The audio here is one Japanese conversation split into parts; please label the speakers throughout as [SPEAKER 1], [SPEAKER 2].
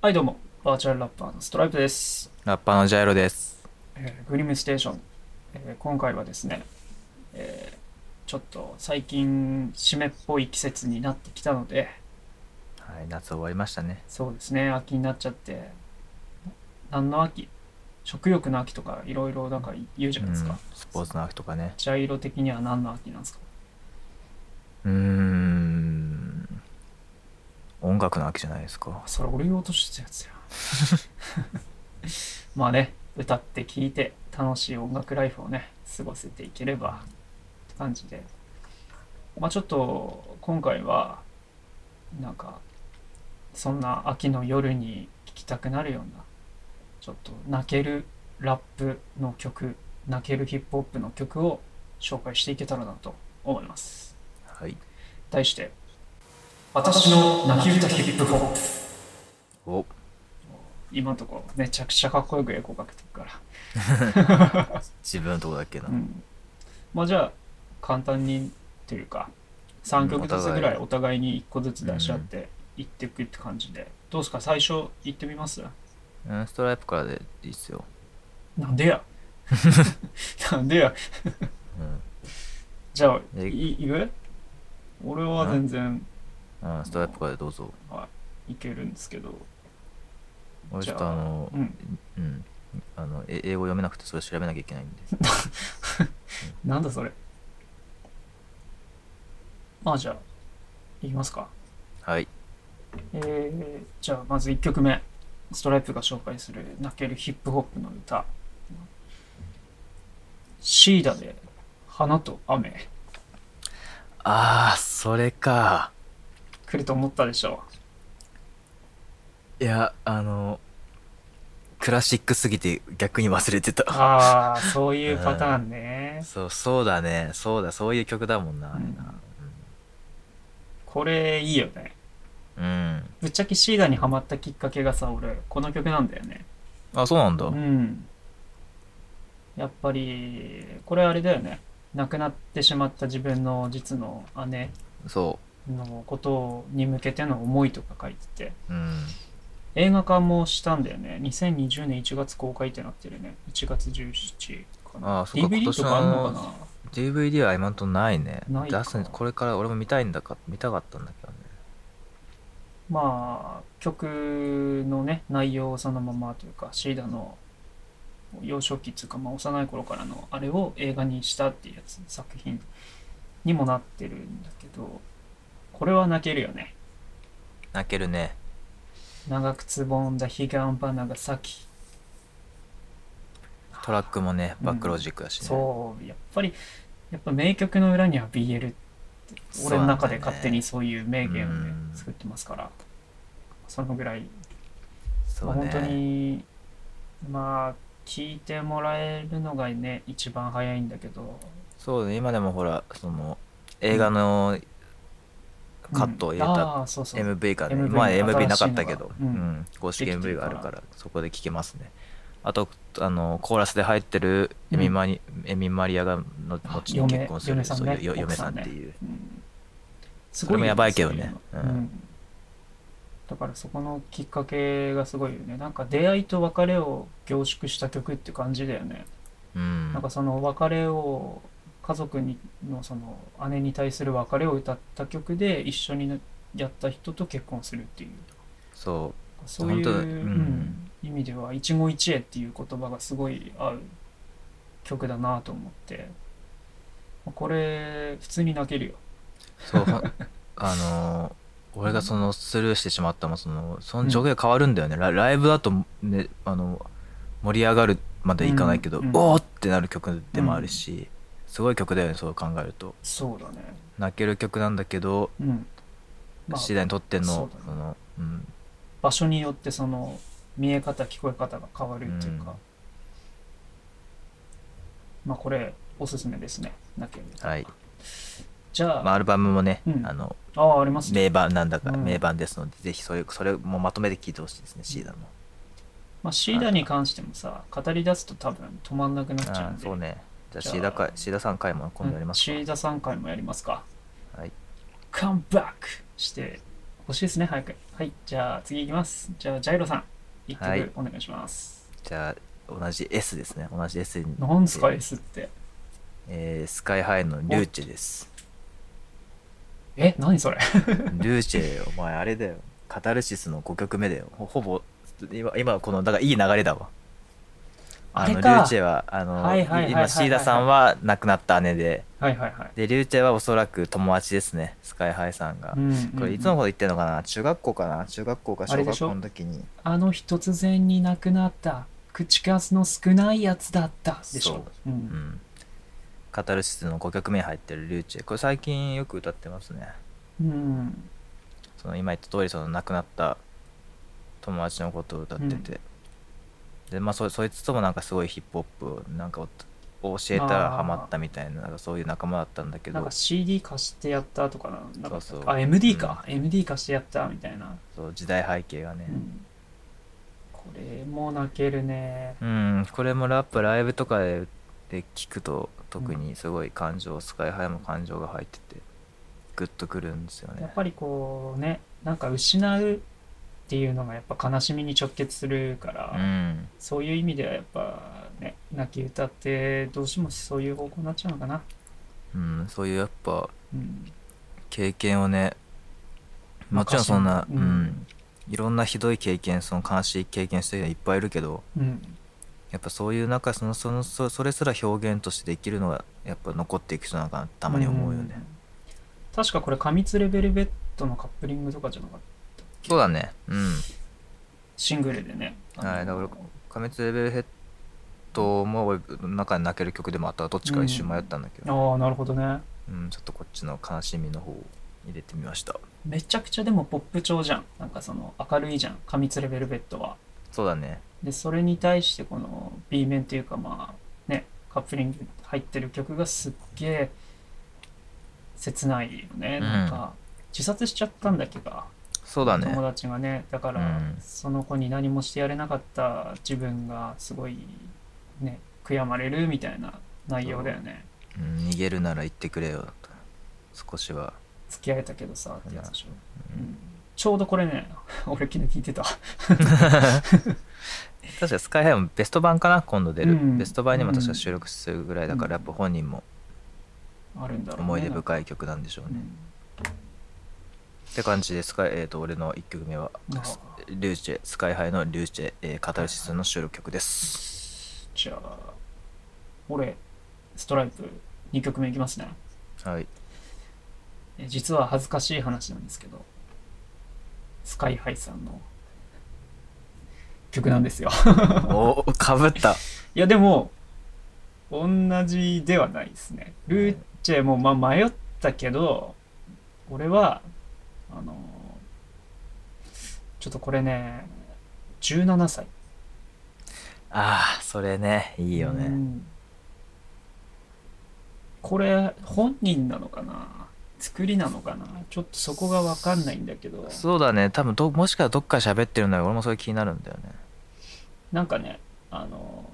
[SPEAKER 1] はいどうもバーチャルラッパーのストライプです、
[SPEAKER 2] ラッパーのジャイロです。
[SPEAKER 1] えーグリムステーション、えー今回はですね、えーちょっと最近湿っぽい季節になってきたので
[SPEAKER 2] はい、夏終わりましたね。
[SPEAKER 1] そうですね秋になっちゃって何の秋食欲の秋とかいろいろなんか言うじゃないですか、
[SPEAKER 2] うんスポーツの秋とかね。
[SPEAKER 1] ジャイロ的には何の秋なんですか
[SPEAKER 2] うーん。音楽の秋じゃないですか。
[SPEAKER 1] それ俺言おうとしてたやつや まあね歌って聴いて楽しい音楽ライフをね過ごせていければって感じでまあちょっと今回はなんかそんな秋の夜に聴きたくなるようなちょっと泣けるラップの曲泣けるヒップホップの曲を紹介していけたらなと思います
[SPEAKER 2] はい。
[SPEAKER 1] 題して私の泣き歌ヒップホップ
[SPEAKER 2] お
[SPEAKER 1] 今のとこめちゃくちゃかっこよくエコかけてるから、
[SPEAKER 2] 自分のとこだっけな。
[SPEAKER 1] うん、まあじゃあ簡単にというか3曲ずつぐらいお互いに1個ずつ出し合っていっていくって感じで、どうですか最初いってみます
[SPEAKER 2] うん、ストライプからでいいっすよ。
[SPEAKER 1] なんでや なんでやじゃあ
[SPEAKER 2] え
[SPEAKER 1] いいく俺は全然
[SPEAKER 2] うん。うん、ストライプからでどうぞ。
[SPEAKER 1] いけるんですけど、
[SPEAKER 2] 俺
[SPEAKER 1] じ
[SPEAKER 2] ち
[SPEAKER 1] ゃあ
[SPEAKER 2] ょっとあの
[SPEAKER 1] う、ん、
[SPEAKER 2] うん。あの、え英語読めなくてそれ調べなきゃいけないんで。
[SPEAKER 1] なんだそれまあじゃあいきますか
[SPEAKER 2] はい。
[SPEAKER 1] えーじゃあまず1曲目ストライプが紹介する泣けるヒップホップの歌「シーダで花と雨
[SPEAKER 2] あー、それか。」
[SPEAKER 1] 来ると思ったでしょ
[SPEAKER 2] いや、あの、クラシックすぎて逆に忘れてた。
[SPEAKER 1] ああそういうパターン ね
[SPEAKER 2] そう、そうだね。そうだ、そういう曲だもんな、あれな。
[SPEAKER 1] これいいよね
[SPEAKER 2] うん。
[SPEAKER 1] ぶっちゃけシーダにハマったきっかけがさ俺この曲なんだよね
[SPEAKER 2] あ、そうなんだ。
[SPEAKER 1] うんやっぱりこれあれだよね亡くなってしまった自分の実の姉
[SPEAKER 2] そ
[SPEAKER 1] のことに向けての思いとか書いてて
[SPEAKER 2] う。うん。
[SPEAKER 1] 映画化もしたんだよね2020年1月公開ってなってるね1月17かな
[SPEAKER 2] ああそっか
[SPEAKER 1] DVD とかあんのかな
[SPEAKER 2] DVD は今んとこないね。
[SPEAKER 1] ないか
[SPEAKER 2] 出すこれから俺も見たいんだか、見たかったんだけどね。
[SPEAKER 1] まあ曲のね内容をそのままというかシーダの幼少期っていうか、まあ、幼い頃からのあれを映画にしたっていうやつ作品にもなってるんだけどこれは泣けるよね
[SPEAKER 2] 泣けるね。
[SPEAKER 1] 長くつぼんだ彼岸花が咲き
[SPEAKER 2] トラックもね、
[SPEAKER 1] うん
[SPEAKER 2] バックロジックだしね。
[SPEAKER 1] そうやっぱりやっぱ名曲の裏には BL って俺の中で勝手にそういう名言をね
[SPEAKER 2] うん
[SPEAKER 1] 作ってますからそのぐらい、
[SPEAKER 2] そ
[SPEAKER 1] まあ
[SPEAKER 2] う
[SPEAKER 1] 本当
[SPEAKER 2] ね。
[SPEAKER 1] にまあ聞いてもらえるのがね一番早いんだけど
[SPEAKER 2] そうね、今でもほら、その、映画のカットを入れ
[SPEAKER 1] うん
[SPEAKER 2] た
[SPEAKER 1] あーそうそう
[SPEAKER 2] MV がね、
[SPEAKER 1] MV
[SPEAKER 2] 前 MV なかったけど、
[SPEAKER 1] 新しいのがうん
[SPEAKER 2] うん公式
[SPEAKER 1] できてる
[SPEAKER 2] MV
[SPEAKER 1] か
[SPEAKER 2] が
[SPEAKER 1] ら
[SPEAKER 2] あるから、そこで聴けますね。あと、あの、コーラスで入ってるエミマリ、エミマリアがの後に
[SPEAKER 1] 嫁
[SPEAKER 2] 結婚する、
[SPEAKER 1] 嫁さん
[SPEAKER 2] そう
[SPEAKER 1] ね
[SPEAKER 2] いうよ嫁
[SPEAKER 1] 奥
[SPEAKER 2] さ
[SPEAKER 1] さん
[SPEAKER 2] ん
[SPEAKER 1] ね
[SPEAKER 2] っていう。
[SPEAKER 1] うんす
[SPEAKER 2] それもやばいけどね
[SPEAKER 1] ごいよそういうの
[SPEAKER 2] うん
[SPEAKER 1] うんだからそこのきっかけがすごいよねなんか出会いと別れを凝縮した曲って感じだよね
[SPEAKER 2] うん
[SPEAKER 1] なんかその別れを家族にのその姉に対する別れを歌った曲で一緒にやった人と結婚するっていう
[SPEAKER 2] そう。
[SPEAKER 1] そういう、
[SPEAKER 2] 本当
[SPEAKER 1] う
[SPEAKER 2] だうん
[SPEAKER 1] ん意味では一期一会っていう言葉がすごい合う曲だなと思ってこれ普通に泣けるよ
[SPEAKER 2] そう、ほ んあのー俺がそのスルーしてしまったもんその、その上下変わるんだよね。ラライブだと、ね、あの、盛り上がるまでいかないけど、
[SPEAKER 1] うんうん
[SPEAKER 2] おーってなる曲でもあるし、すごい曲だよね、そう考えると。
[SPEAKER 1] そうだね
[SPEAKER 2] 泣ける曲なんだけど、
[SPEAKER 1] うん、まあ、
[SPEAKER 2] 次第にとっての、
[SPEAKER 1] そう
[SPEAKER 2] そ
[SPEAKER 1] だね
[SPEAKER 2] の、うん、
[SPEAKER 1] 場所によってその見え方聞こえ方が変わるっていうか、
[SPEAKER 2] うん
[SPEAKER 1] まあこれおすすめですね泣ける
[SPEAKER 2] はい。
[SPEAKER 1] じゃあ、
[SPEAKER 2] まあ、アルバムもね、
[SPEAKER 1] うん
[SPEAKER 2] あの、
[SPEAKER 1] ああ、ありますね。
[SPEAKER 2] 名盤なんだから、
[SPEAKER 1] うん
[SPEAKER 2] 名盤ですので、ぜひそれ、それもまとめて聴いてほしいですね、シーダも。
[SPEAKER 1] まあ、シーダに関してもさ、語り出すと多分止まんなくなっちゃう
[SPEAKER 2] あ
[SPEAKER 1] ん
[SPEAKER 2] ー
[SPEAKER 1] で。
[SPEAKER 2] そうね。じゃあ、
[SPEAKER 1] じゃあ
[SPEAKER 2] シーダか、シーダさん回も今度やります
[SPEAKER 1] う
[SPEAKER 2] か
[SPEAKER 1] んシーダ3回もやりますか。
[SPEAKER 2] はい。
[SPEAKER 1] カムバックしてほしいですね、早く。はい、じゃあ次いきます。じゃあ、ジャイロさん、一
[SPEAKER 2] はい
[SPEAKER 1] 曲お願いします。
[SPEAKER 2] じゃあ同じ S ですね同じ S に
[SPEAKER 1] なんすか、S って。
[SPEAKER 2] えースカイハイのリューチェです
[SPEAKER 1] え、何それ
[SPEAKER 2] リューチェお前あれだよカタルシスの5曲目だよほほぼ今今このだからいい流れだわあの
[SPEAKER 1] あれ
[SPEAKER 2] リ
[SPEAKER 1] か
[SPEAKER 2] ューチェはあの
[SPEAKER 1] はいはいはいはいはい
[SPEAKER 2] 今シーダさんは亡くなった姉で
[SPEAKER 1] はいはいはい。
[SPEAKER 2] でリューチェはおそらく友達ですねスカイハイさんが、
[SPEAKER 1] うんうんうん
[SPEAKER 2] これいつのこと言ってんのかな中学校かな中学校か
[SPEAKER 1] あれ
[SPEAKER 2] 小
[SPEAKER 1] でし
[SPEAKER 2] 学
[SPEAKER 1] ょ
[SPEAKER 2] 校の時に
[SPEAKER 1] あの日突然になくなった、口数の少ないやつだった。でしょ。う、
[SPEAKER 2] うんんカタルシスの5曲目に入ってるリューチェこれ最近よく歌ってますね
[SPEAKER 1] うん。
[SPEAKER 2] その今言った通りその亡くなった友達のことを歌ってて、でまあそそいつともなんかすごいヒップホップをなんかお教えたら
[SPEAKER 1] あー
[SPEAKER 2] ハマったみたいななんかそういう仲間だったんだけ
[SPEAKER 1] なん
[SPEAKER 2] ど
[SPEAKER 1] か CD 貸してやったとかななんか
[SPEAKER 2] そうそう
[SPEAKER 1] あ MD か、MD 貸してやったみたいな、
[SPEAKER 2] そう時代背景がね
[SPEAKER 1] うんこれも泣けるね
[SPEAKER 2] うん、これもラップライブとかでで聞くと特にすごい感情、スカイハイも感情が入っててグッとくるんですよ
[SPEAKER 1] や
[SPEAKER 2] ね
[SPEAKER 1] っぱりこうねなんか失うっていうのがやっぱ悲しみに直結するから、
[SPEAKER 2] うん
[SPEAKER 1] そういう意味ではやっぱね泣き歌ってどうしてもそういう方向になっちゃうのかな、
[SPEAKER 2] うん、そういうやっぱ
[SPEAKER 1] うん、
[SPEAKER 2] 経験をねもちろんそんな、
[SPEAKER 1] 昔
[SPEAKER 2] う
[SPEAKER 1] の
[SPEAKER 2] ん
[SPEAKER 1] うん
[SPEAKER 2] いろんなひどい経験その悲しい経験してる人いっぱいいるけど
[SPEAKER 1] うん
[SPEAKER 2] やっぱそういう中そのそのそそれすら表現としてできるのはやっぱ残っていく人なんかなってたまに思うよね、
[SPEAKER 1] ん確かこれ「過つレベルベット」のカップリングとかじゃなかった
[SPEAKER 2] そうだねうん
[SPEAKER 1] シングルでね
[SPEAKER 2] はいだから過密レベルヘッドも俺の中に泣ける曲でもあったらどっちか一瞬迷ったんだけど、
[SPEAKER 1] ああなるほどね
[SPEAKER 2] うんちょっとこっちの悲しみの方を入れてみました
[SPEAKER 1] めちゃくちゃでもポップ調じゃんなんかその明るいじゃん過密レベルベッドは
[SPEAKER 2] そうだね
[SPEAKER 1] でそれに対してこの B 面っていうかまあねカップリング入ってる曲がすっげえ切ないよね、
[SPEAKER 2] うん
[SPEAKER 1] なんか自殺しちゃったんだっけか
[SPEAKER 2] そうだ
[SPEAKER 1] 友
[SPEAKER 2] ね
[SPEAKER 1] 達がねだから、
[SPEAKER 2] うん
[SPEAKER 1] その子に何もしてやれなかった自分がすごいね悔やまれるみたいな内容だよね
[SPEAKER 2] うん逃げるなら言ってくれよと少しは
[SPEAKER 1] 付き合えたけどさってやつでしょ、
[SPEAKER 2] うん
[SPEAKER 1] うんちょうどこれね 俺昨日聞いてた
[SPEAKER 2] 確かスカイハイもベスト版かな今度出る、
[SPEAKER 1] うん
[SPEAKER 2] ベスト版にも確か収録するぐらいだから、
[SPEAKER 1] うん
[SPEAKER 2] やっぱ本人も
[SPEAKER 1] あるんだろうね
[SPEAKER 2] 思い出深い曲なんでしょうね、
[SPEAKER 1] うん
[SPEAKER 2] って感じでスカイ、えー、と俺の1曲目は
[SPEAKER 1] ああ
[SPEAKER 2] 「リューチェスカイハイのリューチェ、えーカタルシスの収録曲です
[SPEAKER 1] じゃあ、俺、ストライプ2曲目いきますね。
[SPEAKER 2] はい
[SPEAKER 1] え実は恥ずかしい話なんですけど、スカイハイさんの曲なんですよ。
[SPEAKER 2] おおかぶった
[SPEAKER 1] いや、でも、同じではないですね。ルーチェもまあ迷ったけど、俺は、あの、ちょっとこれね、17歳。
[SPEAKER 2] あーそれねいいよ
[SPEAKER 1] う
[SPEAKER 2] ね
[SPEAKER 1] んこれ本人なのかな作りなのかなちょっとそこが分かんないんだけど
[SPEAKER 2] そうだね多分どもしかしたらどっかで喋ってるんだよ俺もそれ気になるんだよね
[SPEAKER 1] なんかねあの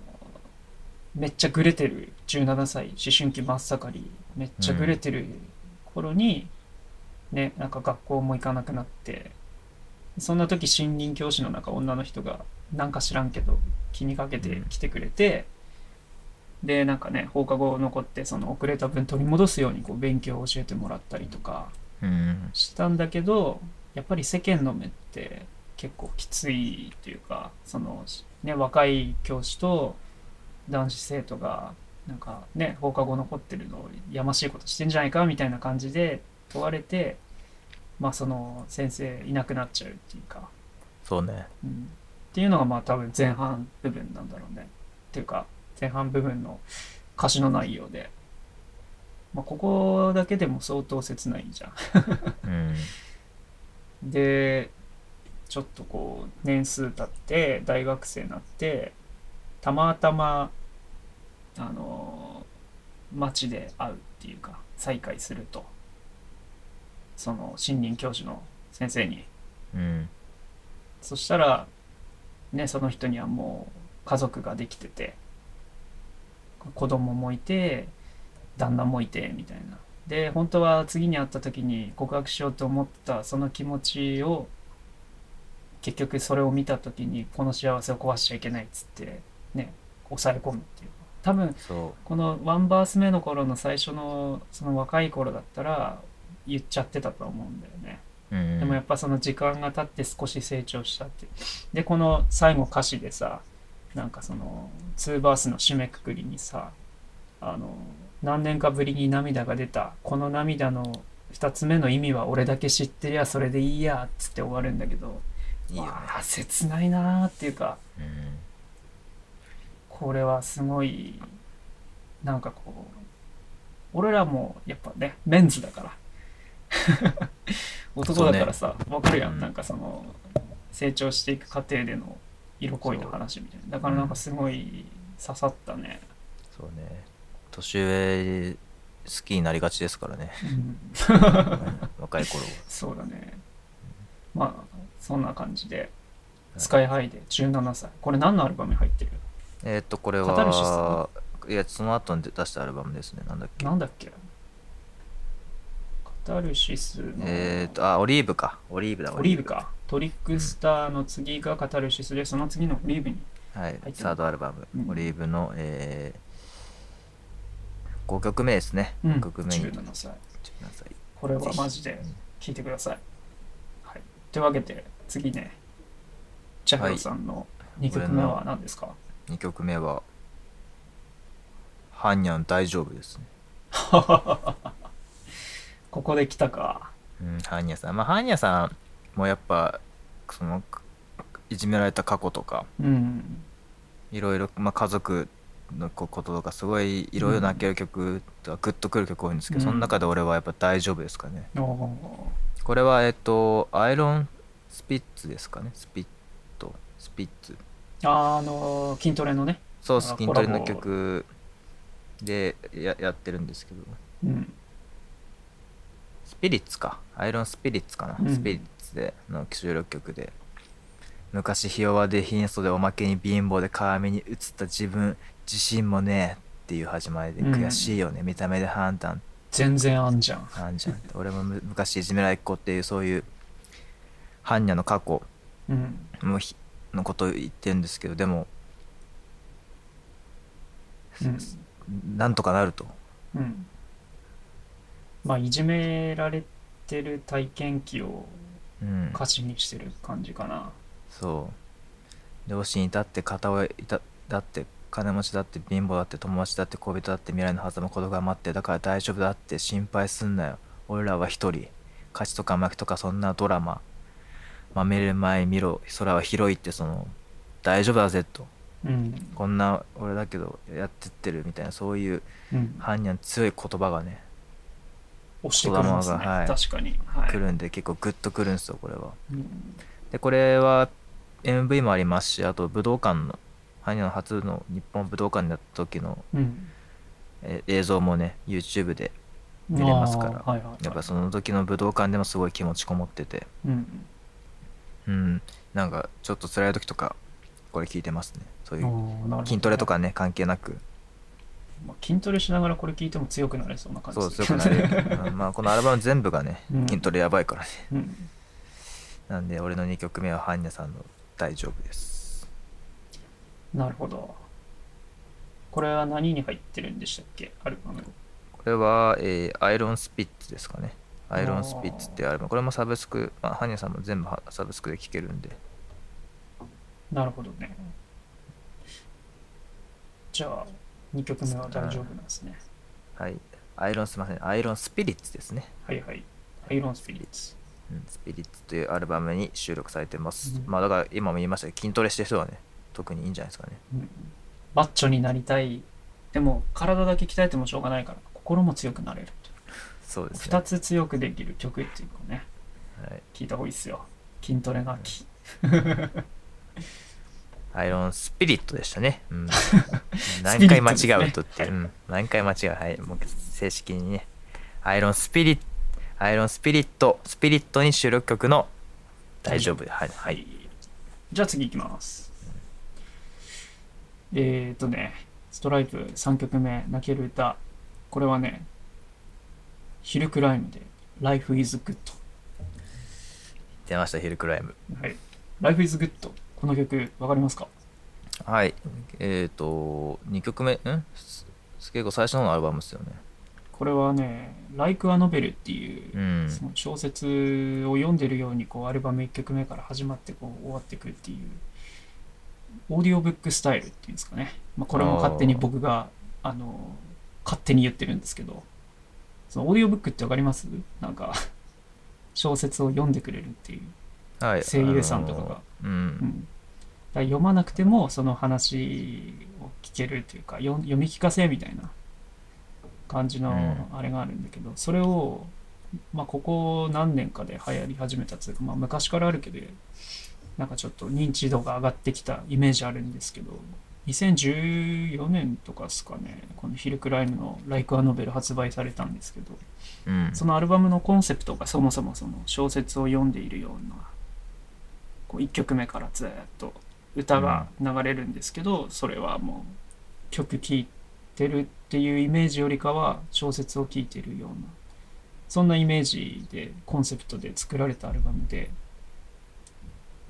[SPEAKER 1] めっちゃグレてる17歳思春期真っ盛りめっちゃグレてる頃に、ねなんか学校も行かなくなってそんな時新任教師のなんか女の人がなんか知らんけど気にかけて来てくれて、でなんかね放課後残ってその遅れた分取り戻すようにこう勉強を教えてもらったりとか、
[SPEAKER 2] うん
[SPEAKER 1] したんだけどやっぱり世間の目って結構きついというかその、ね、若い教師と男子生徒がなんかね放課後残ってるのをやましいことしてんじゃないかみたいな感じで問われてまあその先生いなくなっちゃうっていうか、
[SPEAKER 2] そうね
[SPEAKER 1] うん、っていうのがまあ多分前半部分なんだろうねっていうか前半部分の歌詞の内容で、まあ、ここだけでも相当切ないじゃん。
[SPEAKER 2] うん
[SPEAKER 1] でちょっとこう年数経って大学生になってたまたまあの街で会うっていうか再会するとその新任教授の先生に
[SPEAKER 2] うん
[SPEAKER 1] そしたらねその人にはもう家族ができてて子供もいて旦那もいてみたいなで本当は次に会った時に告白しようと思ったその気持ちを結局それを見た時にこの幸せを壊しちゃいけないっつってね抑え込むっていうか多分
[SPEAKER 2] そ
[SPEAKER 1] このワンバース目の頃の最初のその若い頃だったら言っちゃってたと思うんだよね
[SPEAKER 2] う、うん、
[SPEAKER 1] でもやっぱその時間が経って少し成長したってでこの最後歌詞でさなんかその2バースの締めくくりにさあの何年かぶりに涙が出たこの涙の2つ目の意味は俺だけ知ってりゃそれでいいやっつって終わるんだけど
[SPEAKER 2] いいよね、
[SPEAKER 1] わあ切ないなーっていうか
[SPEAKER 2] うん、
[SPEAKER 1] これはすごいなんかこう俺らもやっぱねメンズだから男だからさ、わかるや
[SPEAKER 2] うん
[SPEAKER 1] んなんかその成長していく過程での色恋の話みたいなだからなんかすごい刺さったね、
[SPEAKER 2] そうね年上好きになりがちですから ね
[SPEAKER 1] うん
[SPEAKER 2] うん若い頃は
[SPEAKER 1] そうだねまあそんな感じでスカイハイで17歳これ何のアルバムに入ってる
[SPEAKER 2] えーっとこれ
[SPEAKER 1] カタルシス
[SPEAKER 2] は、いやその後に出したアルバムですねなんだっけ
[SPEAKER 1] なんだっけカタルシスの
[SPEAKER 2] えーっとあオリーブかオリーブだ
[SPEAKER 1] オリーブか。トリックスターの次がカタルシスで、その次のオリーブに。
[SPEAKER 2] は
[SPEAKER 1] 入
[SPEAKER 2] い
[SPEAKER 1] ってる
[SPEAKER 2] サードアルバム、
[SPEAKER 1] うん
[SPEAKER 2] オリーブの、えー、5曲目ですね、
[SPEAKER 1] うん、
[SPEAKER 2] 5曲目に
[SPEAKER 1] 17歳。
[SPEAKER 2] 17歳
[SPEAKER 1] これはマジで聞いてください。はい、というわけで、次ね、チャハルさんの2曲目は何です か、
[SPEAKER 2] 2曲目は「ハンニャン大丈夫」ですね、
[SPEAKER 1] ここで来たか。
[SPEAKER 2] うん、ハンニャさんまあハンニャさんもやっぱそのいじめられた過去とか
[SPEAKER 1] うん。
[SPEAKER 2] いろいろ、まあ、家族のここととかすごいいろいろ泣ける曲とかグッとくる曲多いんですけど、
[SPEAKER 1] うん
[SPEAKER 2] その中で俺はやっぱ「大丈夫」ですかね
[SPEAKER 1] おお
[SPEAKER 2] これはえっとアイロンスピッツですかねスピットスピッツ
[SPEAKER 1] ー。あの筋トレのね。
[SPEAKER 2] そう
[SPEAKER 1] あ
[SPEAKER 2] 筋トレの
[SPEAKER 1] コラボ
[SPEAKER 2] 曲でややってるんですけど
[SPEAKER 1] うん。
[SPEAKER 2] スピリッツかアイロンスピリッツかな、
[SPEAKER 1] うん
[SPEAKER 2] スピリッツでの収録曲で昔ひ弱で貧相でおまけに貧乏で鏡に映った自分自信もねえっていう始まりで
[SPEAKER 1] うん
[SPEAKER 2] 悔しいよね、見た目で判断
[SPEAKER 1] 全然あんじゃん。
[SPEAKER 2] あんじゃん 俺もむ昔いじめられっ子っていうそういう般若の過去
[SPEAKER 1] うん。
[SPEAKER 2] もうひのことを言ってるんですけどでも
[SPEAKER 1] うん。
[SPEAKER 2] なんとかなると
[SPEAKER 1] うん、まあ、いじめられてる体験記を
[SPEAKER 2] うん
[SPEAKER 1] 歌詞にしてる感じかな。
[SPEAKER 2] そう両親いたって片親いただって金持ちだって貧乏だって友達だって恋人だって未来の狭間孤独が待ってるだから大丈夫だって心配すんなよ俺らは一人勝ちとか負けとかそんなドラマまめる前見ろ空は広いってその大丈夫だぜと
[SPEAKER 1] うん。
[SPEAKER 2] こんな俺だけどやってってるみたいなそういう
[SPEAKER 1] うん、
[SPEAKER 2] 犯人の強い言葉がね
[SPEAKER 1] 押してくるんですね。
[SPEAKER 2] 子供がはい
[SPEAKER 1] 確かに。はい、
[SPEAKER 2] 来るんで結構グッとくるんですよこれは
[SPEAKER 1] うん。
[SPEAKER 2] でこれは MV もありますしあと武道館のハニの初の日本武道館になった時の
[SPEAKER 1] うん。
[SPEAKER 2] え映像もね YouTube で見れますから
[SPEAKER 1] あーはいはいはい、
[SPEAKER 2] やっぱその時の武道館でもすごい気持ちこもってて
[SPEAKER 1] うん。
[SPEAKER 2] うんなんかちょっと辛い時とかこれ聞いてますねそういう
[SPEAKER 1] おーなるほどね
[SPEAKER 2] 筋トレと、かね関係なく
[SPEAKER 1] まあ、筋トレしながらこれ聞いても強くなれそうな感じ
[SPEAKER 2] そう強くなれ
[SPEAKER 1] る。
[SPEAKER 2] る、うんまあこのアルバム全部がね
[SPEAKER 1] うん
[SPEAKER 2] 筋トレやばいからね
[SPEAKER 1] うん
[SPEAKER 2] なんで俺の2曲目はハンニャさんの「大丈夫」です
[SPEAKER 1] なるほど。これは何に入ってるんでしたっけアルバム。
[SPEAKER 2] これは、えーアイロンスピッツですかね。アイロンスピッツっていうアルバム。これもサブスク、まあ、ハニヤさんも全部はサブスクで聴けるんで。
[SPEAKER 1] なるほどね。じゃあ、2曲目は大丈夫なんですね。
[SPEAKER 2] はい。アイロンすいません。アイロンスピリッツですね。
[SPEAKER 1] はいはい。アイロンスピリッツ。
[SPEAKER 2] うん、スピリッツというアルバムに収録されてます。
[SPEAKER 1] うん
[SPEAKER 2] まあだから今も言いましたけど、筋トレしてる人はね、特にいいんじゃないですかね。
[SPEAKER 1] うんマッチョになりたい。でも、体だけ鍛えてもしょうがないから、心も強くなれる。
[SPEAKER 2] そうですね。
[SPEAKER 1] 2つ強くできる曲っていうかね、
[SPEAKER 2] はい。
[SPEAKER 1] 聞いた方がいいっすよ。筋トレがき。
[SPEAKER 2] アイロンスピリットでしたね。う ん、
[SPEAKER 1] ピ
[SPEAKER 2] 何
[SPEAKER 1] リ
[SPEAKER 2] 回
[SPEAKER 1] ッ
[SPEAKER 2] 間
[SPEAKER 1] トですね
[SPEAKER 2] 違うとって、うん、何回間違う。はい。もう正式にね、アイロンスピリット、アイロンスピリット、スピリットに収録曲の大丈夫。はい。はい
[SPEAKER 1] じゃあ次いきます。えー、っとね、ストライプ3曲目、泣ける歌。これはね、ヒルクライムで、Life is Good。
[SPEAKER 2] 出ましたヒルクライム
[SPEAKER 1] はい、 Life is Good この曲わかりますか
[SPEAKER 2] はいえっ、と2曲目んす結構最初のアルバムですよね
[SPEAKER 1] これはね「Like a Novel」っていうう、
[SPEAKER 2] ん
[SPEAKER 1] その小説を読んでるようにこうアルバム1曲目から始まってこう終わってくっていうオーディオブックスタイルっていうんですかね、まあ、これも勝手に僕があの勝手に言ってるんですけどそのオーディオブックってわかりますなんか小説を読んでくれるっていう
[SPEAKER 2] はい
[SPEAKER 1] 声優さんとかが
[SPEAKER 2] あのーう
[SPEAKER 1] うんん、だから読まなくてもその話を聞けるというか読読み聞かせみたいな感じのあれがあるんだけど、それを、まあ、ここ何年かで流行り始めたというか、まあ、昔からあるけどなんかちょっと認知度が上がってきたイメージあるんですけど2014年とかですかねこのヒルクライムの「ライク・ア・ノベル」発売されたんですけど
[SPEAKER 2] うん
[SPEAKER 1] そのアルバムのコンセプトがそもそもその小説を読んでいるようなこう1曲目からずっと歌が流れるんですけど、それはもう曲聴いてるっていうイメージよりかは小説を聴いてるようなそんなイメージでコンセプトで作られたアルバムで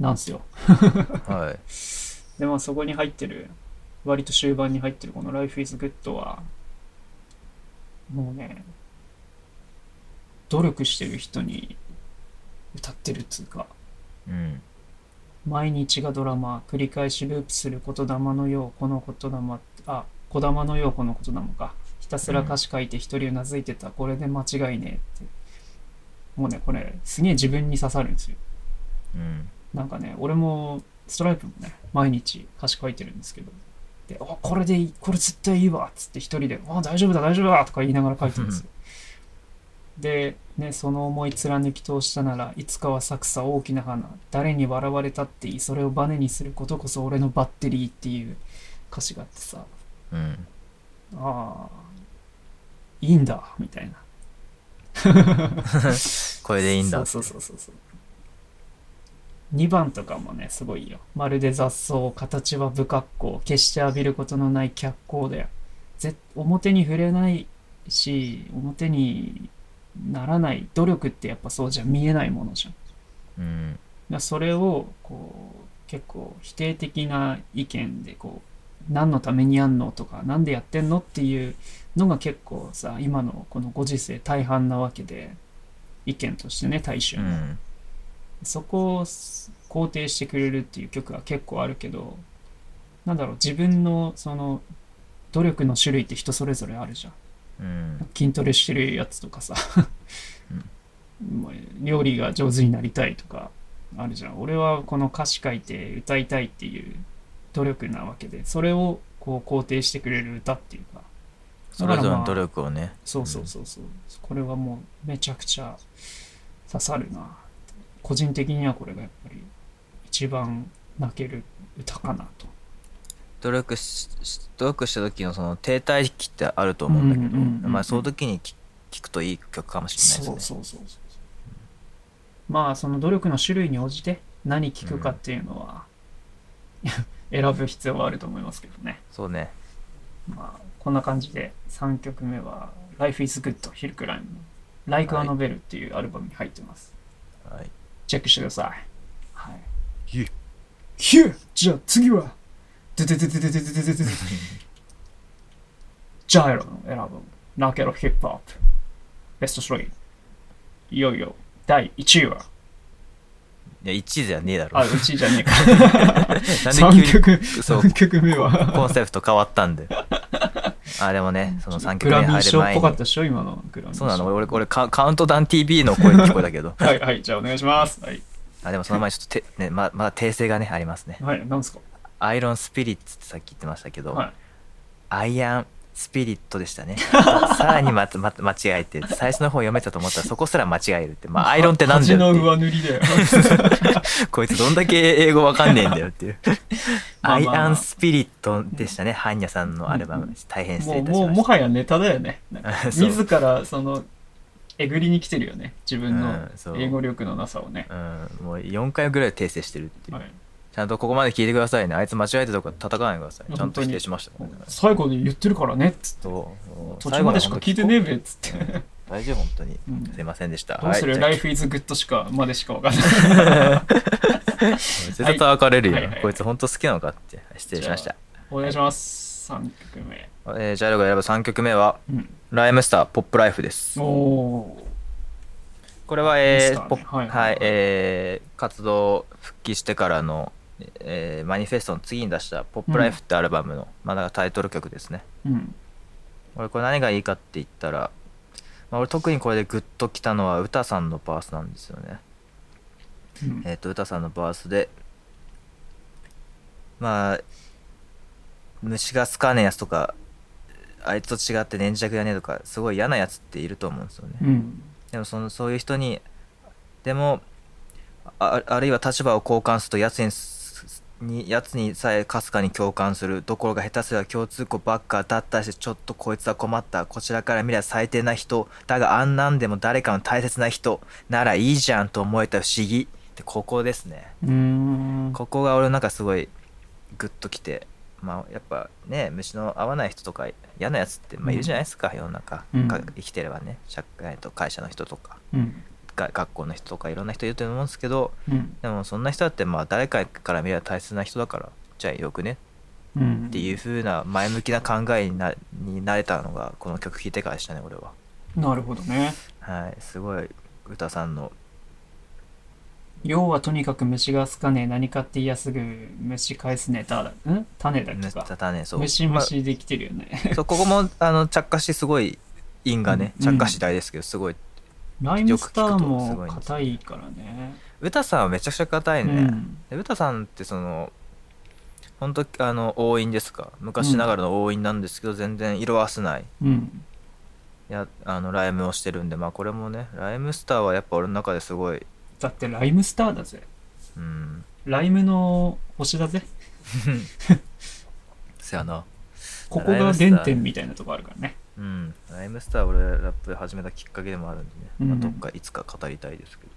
[SPEAKER 1] なんですよ
[SPEAKER 2] はい
[SPEAKER 1] でまあそこに入ってる割と終盤に入ってるこの「Life is Good」はもうね努力してる人に歌ってるっつうか
[SPEAKER 2] うん
[SPEAKER 1] 毎日がドラマ繰り返しループする言霊のようこの言霊ってあ小玉のようこの言霊かひたすら歌詞書いて一人うなずいてた、これで間違いねえってもうねこれすげえ自分に刺さるんですよ
[SPEAKER 2] うん
[SPEAKER 1] なんかね、俺も、ストライプもね、毎日歌詞書いてるんですけど、で、あ、これでいい、これ絶対いいわっつって一人で、あ、大丈夫だ、大丈夫だとか言いながら書いてるんですよ。で、ね、その思い貫き通したなら、いつかは咲くさ大きな花、誰に笑われたっていい、それをバネにすることこそ俺のバッテリーっていう歌詞があってさ、
[SPEAKER 2] うん
[SPEAKER 1] ああ、いいんだ、みたいな。
[SPEAKER 2] これでいいんだ
[SPEAKER 1] そうそうそうそうそう2番とかもねすごいよまるで雑草形は不格好決して浴びることのない脚光だよぜ表に触れないし表にならない努力ってやっぱそうじゃん見えないものじゃん
[SPEAKER 2] うん
[SPEAKER 1] だそれをこう結構否定的な意見でこう何のためにやんのとか何でやってんのっていうのが結構さ今のこのご時世大半なわけで意見としてね大衆
[SPEAKER 2] う
[SPEAKER 1] の、
[SPEAKER 2] ん
[SPEAKER 1] そこを肯定してくれるっていう曲は結構あるけどなんだろう自分のその努力の種類って人それぞれあるじゃん
[SPEAKER 2] うん
[SPEAKER 1] 筋トレしてるやつとかさ、もう料理が上手になりたいとかあるじゃん俺はこの歌詞書いて歌いたいっていう努力なわけでそれをこう肯定してくれる歌っていうか
[SPEAKER 2] それぞれの努力をね
[SPEAKER 1] そうそうそうそう、これはもうめちゃくちゃ刺さるな個人的にはこれがやっぱり一番泣ける歌かなと
[SPEAKER 2] 努力しし努力した時のその停滞期ってあると思うんだけど、
[SPEAKER 1] うんうんうんうん
[SPEAKER 2] まあその時に聞聞くといい曲かもしれない
[SPEAKER 1] そう
[SPEAKER 2] ですね
[SPEAKER 1] そうそうそうまあその努力の種類に応じて何聞くかっていうのは、 選ぶ必要はあると思いますけどね
[SPEAKER 2] そうね
[SPEAKER 1] まあこんな感じで3曲目は「Life is Good ヒルクライム」「Like a
[SPEAKER 2] はい
[SPEAKER 1] Novel」っていうアルバムに入ってます、
[SPEAKER 2] はい
[SPEAKER 1] チェックしてくださいはい
[SPEAKER 2] ヒュー
[SPEAKER 1] ヒューじゃあ次はドゥドゥドゥドゥドゥドゥドゥドゥドゥドゥジャイロの選ぶ泣けろヒップホップベスト3いよいよ第1位はい
[SPEAKER 2] や1位じゃねえだろ
[SPEAKER 1] あ、うちじゃねえか。
[SPEAKER 2] なんで
[SPEAKER 1] 3
[SPEAKER 2] 急に
[SPEAKER 1] 曲、
[SPEAKER 2] そう
[SPEAKER 1] 三曲目は。
[SPEAKER 2] コンセプト変わったんで あでもねその3
[SPEAKER 1] グ
[SPEAKER 2] 曲
[SPEAKER 1] ラ
[SPEAKER 2] 目
[SPEAKER 1] ミー
[SPEAKER 2] 入る
[SPEAKER 1] 賞っ
[SPEAKER 2] 前
[SPEAKER 1] ぽかっ
[SPEAKER 2] に
[SPEAKER 1] たでしょ、今のグラミー賞。
[SPEAKER 2] そうなの俺俺俺カカウントダウン TV の声聞こえた けど
[SPEAKER 1] はいはい、じゃあお願いします。はい。
[SPEAKER 2] あでもその前にちょっとて、ね、ままだ訂正がねありますね
[SPEAKER 1] はい、なんですか
[SPEAKER 2] アイロンスピリッツってさっき言ってましたけど、
[SPEAKER 1] はい。
[SPEAKER 2] アイアンスピリット でしたねさらにまたまた間違えて最初の方読めたと思ったらそこすら間違えるっ てまあアイロンってなんだ
[SPEAKER 1] 味
[SPEAKER 2] よ
[SPEAKER 1] の
[SPEAKER 2] っていう
[SPEAKER 1] 上塗りだ よ。
[SPEAKER 2] こいつどんだけ英語わかんねえんだよっていう
[SPEAKER 1] まあ
[SPEAKER 2] ア
[SPEAKER 1] まあ
[SPEAKER 2] イ
[SPEAKER 1] まあ
[SPEAKER 2] アンスピリットでしたねハンニャさんのアルバ
[SPEAKER 1] うんう
[SPEAKER 2] ム大変失
[SPEAKER 1] も
[SPEAKER 2] 礼
[SPEAKER 1] う、
[SPEAKER 2] いた
[SPEAKER 1] も
[SPEAKER 2] し
[SPEAKER 1] う、
[SPEAKER 2] ま
[SPEAKER 1] も
[SPEAKER 2] した
[SPEAKER 1] はやネタだよね。なんか
[SPEAKER 2] そう
[SPEAKER 1] 自ら、その、えぐりに来てるよね。自分の
[SPEAKER 2] うんそう
[SPEAKER 1] 英語力のなさをね。
[SPEAKER 2] うんもう4回ぐらい訂正してるっていう、
[SPEAKER 1] はい。
[SPEAKER 2] ちゃんとここまで聞いてくださいねあいつ間違えてとか叩かないでくださいちゃんと否定しましたからね
[SPEAKER 1] 最後に言ってるからね、つって。
[SPEAKER 2] そう
[SPEAKER 1] 途中までしか聞いてねえ
[SPEAKER 2] え
[SPEAKER 1] べ、つって。
[SPEAKER 2] 大丈夫本当に
[SPEAKER 1] うん
[SPEAKER 2] すいませんでした
[SPEAKER 1] どうする
[SPEAKER 2] はいじゃあ
[SPEAKER 1] ?Life is good しか、までしかわかんない。
[SPEAKER 2] 絶対叩かれるよ、
[SPEAKER 1] はいはいはい
[SPEAKER 2] こいつ本当好きなのかってはい失礼しました
[SPEAKER 1] お願いします。3曲目。
[SPEAKER 2] えージャイロが選ぶ3曲目は
[SPEAKER 1] うん。
[SPEAKER 2] 「ライムスターポップライフ」です
[SPEAKER 1] おお
[SPEAKER 2] これは、えー
[SPEAKER 1] ミスターね
[SPEAKER 2] ポッ
[SPEAKER 1] は
[SPEAKER 2] はいい
[SPEAKER 1] はいはい
[SPEAKER 2] えー活動復帰してからの、えーマニフェストの次に出した「ポップライフ」ってアルバムの、まあ、だからタイトル曲ですね
[SPEAKER 1] ー。うん。
[SPEAKER 2] 俺これ何がいいかって言ったら、まあ、俺特にこれでグッときたのは歌さんのバースなんですよね
[SPEAKER 1] うん
[SPEAKER 2] えっ、と歌さんのバースでまあ虫が好かねえやつとかあいつと違って粘着やねえとかすごい嫌なやつっていると思うんですよね、
[SPEAKER 1] うん。
[SPEAKER 2] でもそのそういう人にでもああるいは立場を交換するとやつにすにやつにさえかすかに共感するどころが下手すれば共通項ばっかだったりしてちょっとこいつは困ったこちらから見れば最低な人だがあんなんでも誰かの大切な人ならいいじゃんと思えた不思議ってここですね
[SPEAKER 1] うーん。
[SPEAKER 2] ここが俺なんかすごいグッときてまあやっぱね虫の合わない人とか嫌なやつってまあいるじゃないですか、世の中、
[SPEAKER 1] うん
[SPEAKER 2] か生きてればね社会と会社の人とか
[SPEAKER 1] うん。
[SPEAKER 2] が学校の人とかいろんな人いると思うんですけど
[SPEAKER 1] うん。
[SPEAKER 2] でもそんな人だってまあ誰かから見れば大切な人だからじゃあよくね
[SPEAKER 1] うん。
[SPEAKER 2] っていう風な前向きな考えになになれたのがこの曲聴いてからでしたね俺は
[SPEAKER 1] なるほどね。
[SPEAKER 2] はいすごい歌さんの
[SPEAKER 1] 要はとにかく虫が好かねえ何かって言いやすぐ虫返すネタだん種だっけ
[SPEAKER 2] ね
[SPEAKER 1] か
[SPEAKER 2] たたねそう
[SPEAKER 1] 虫
[SPEAKER 2] ま
[SPEAKER 1] 虫できてるよね、
[SPEAKER 2] あそうここもあの着火しすごい韻がね
[SPEAKER 1] うん
[SPEAKER 2] 着火し大ですけどすごい
[SPEAKER 1] ライムスター
[SPEAKER 2] よく聞くとす
[SPEAKER 1] も
[SPEAKER 2] ごいんです
[SPEAKER 1] 硬いからね
[SPEAKER 2] 歌さんはめちゃくちゃ硬いね、
[SPEAKER 1] うん
[SPEAKER 2] で歌さんってその本当あの応印ですか昔ながらの応印なんですけど、全然色あせない
[SPEAKER 1] うん
[SPEAKER 2] いやあのライムをしてるんでまあこれもねライムスターはやっぱ俺の中ですごい
[SPEAKER 1] だってライムスターだぜ
[SPEAKER 2] うん
[SPEAKER 1] ライムの星だぜ
[SPEAKER 2] せやな
[SPEAKER 1] ここが原点みたいなとこあるからね
[SPEAKER 2] うんライムスター俺ラップ始めたきっかけでもあるんでね、
[SPEAKER 1] うん
[SPEAKER 2] まあ、どっかいつか語りたいですけど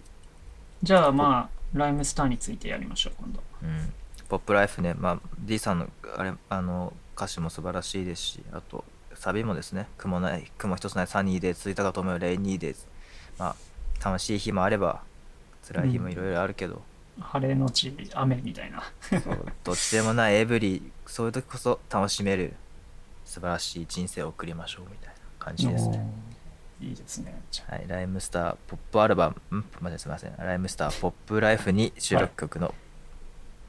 [SPEAKER 1] じゃあまあライムスターについてやりましょう今度
[SPEAKER 2] うんポップライフね、まあ、D さんのあれあの歌詞も素晴らしいですしあとサビもですね雲ない雲一つないサニーで続いたかと思うレイニーでまあ楽しい日もあれば辛い日もいろいろあるけど、
[SPEAKER 1] 晴れのち雨みたいな
[SPEAKER 2] そうどっちでもないエブリーそういう時こそ楽しめる素晴らしい人生を送りましょうみたいな感じですね
[SPEAKER 1] おーいいですねじゃあ
[SPEAKER 2] はい、ライムスターポップアルバムん待ってすいませんライムスターポップライフに収録曲の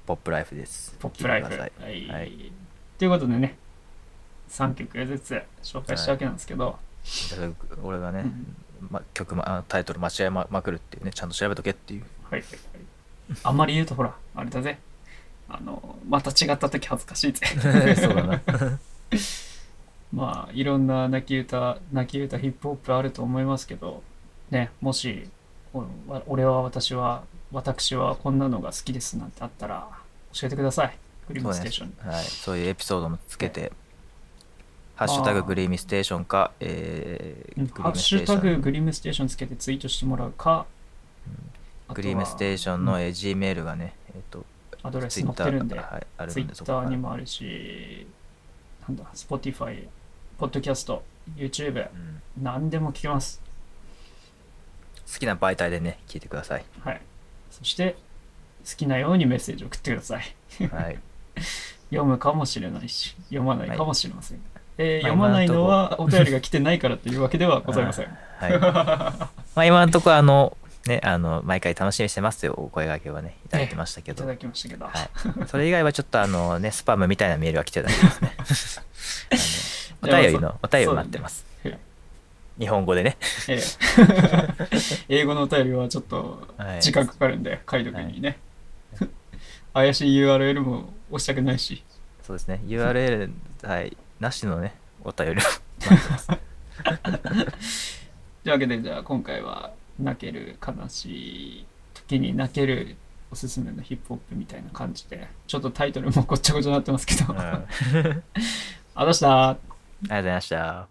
[SPEAKER 2] ポップライフです、
[SPEAKER 1] ポップライ
[SPEAKER 2] 聴
[SPEAKER 1] フ
[SPEAKER 2] いてくだ
[SPEAKER 1] は
[SPEAKER 2] さい
[SPEAKER 1] い、
[SPEAKER 2] はい
[SPEAKER 1] ということでね3曲ずつ紹介したわけなんですけど、
[SPEAKER 2] じゃあ俺がね、
[SPEAKER 1] うん
[SPEAKER 2] ま、曲、ま、あタイトル間違えままくるっていうねちゃんと調べとけっ ていう。
[SPEAKER 1] はいはいはい。あんまり言うとほら、あれだぜ。あの、また違った時恥ずかしいぜ
[SPEAKER 2] そうだな
[SPEAKER 1] まあ、いろんな泣き歌、泣き歌ヒップホップあると思いますけど、ね、もし、おわ俺は私は、私はこんなのが好きですなんてあったら、教えてください。グリムステーションに。
[SPEAKER 2] そう,、はい、そういうエピソードもつけて「ハッシュタググリーミステーションか」えー
[SPEAKER 1] うん
[SPEAKER 2] グリ
[SPEAKER 1] ハ
[SPEAKER 2] ー
[SPEAKER 1] ッ
[SPEAKER 2] ムス
[SPEAKER 1] シ
[SPEAKER 2] テ
[SPEAKER 1] ュ
[SPEAKER 2] ーショ
[SPEAKER 1] タ
[SPEAKER 2] ン
[SPEAKER 1] ググリムステーションつけてツイートしてもらうか、あとは
[SPEAKER 2] グリームステーションの G メールがね、えっ、と、
[SPEAKER 1] アドレス
[SPEAKER 2] ツイ
[SPEAKER 1] 載
[SPEAKER 2] ッ
[SPEAKER 1] って
[SPEAKER 2] ター
[SPEAKER 1] るんで、
[SPEAKER 2] はい、ある
[SPEAKER 1] ツイ
[SPEAKER 2] んで、
[SPEAKER 1] ッ
[SPEAKER 2] そ
[SPEAKER 1] タ
[SPEAKER 2] こ
[SPEAKER 1] ーに
[SPEAKER 2] に
[SPEAKER 1] もあるし、なんだ、Spotify、Podcast、YouTube、
[SPEAKER 2] うん
[SPEAKER 1] 何でも聞けます。
[SPEAKER 2] 好きな媒体でね、聞いてくだ さい。
[SPEAKER 1] はい。そして、好きなようにメッセージを送ってください。
[SPEAKER 2] はい。
[SPEAKER 1] 読むかもしれないし、読まないかもしれません。えー
[SPEAKER 2] ま
[SPEAKER 1] 読ま
[SPEAKER 2] あ
[SPEAKER 1] ないのはお便りが来てないからというわけではございま せん。
[SPEAKER 2] はい。まあ、今のところ、あの、ね、あの、毎回楽しみにしてますというお声掛けはね、いただいてましたけ
[SPEAKER 1] いた
[SPEAKER 2] ど、
[SPEAKER 1] だきましたけど、
[SPEAKER 2] はい。それ以外はちょっと、あの、ね、スパムみたいなメールが来てただい てますね。あのお便りの、お便りを待ってます。
[SPEAKER 1] え
[SPEAKER 2] 日本語でね。
[SPEAKER 1] ー英語のお便りはちょっと
[SPEAKER 2] はい
[SPEAKER 1] 時間かかるんで、解読にね。 怪しい URL も押したくないし、
[SPEAKER 2] そうですね。URL、はい、なしのね、お便りを。
[SPEAKER 1] というわけで、じゃあ今回は泣ける悲しい時に泣けるおすすめのヒップホップみたいな感じで、ちょっと タイトルもごっちゃごちゃになってますけど、
[SPEAKER 2] うんありがと
[SPEAKER 1] あ、どうした
[SPEAKER 2] うございました。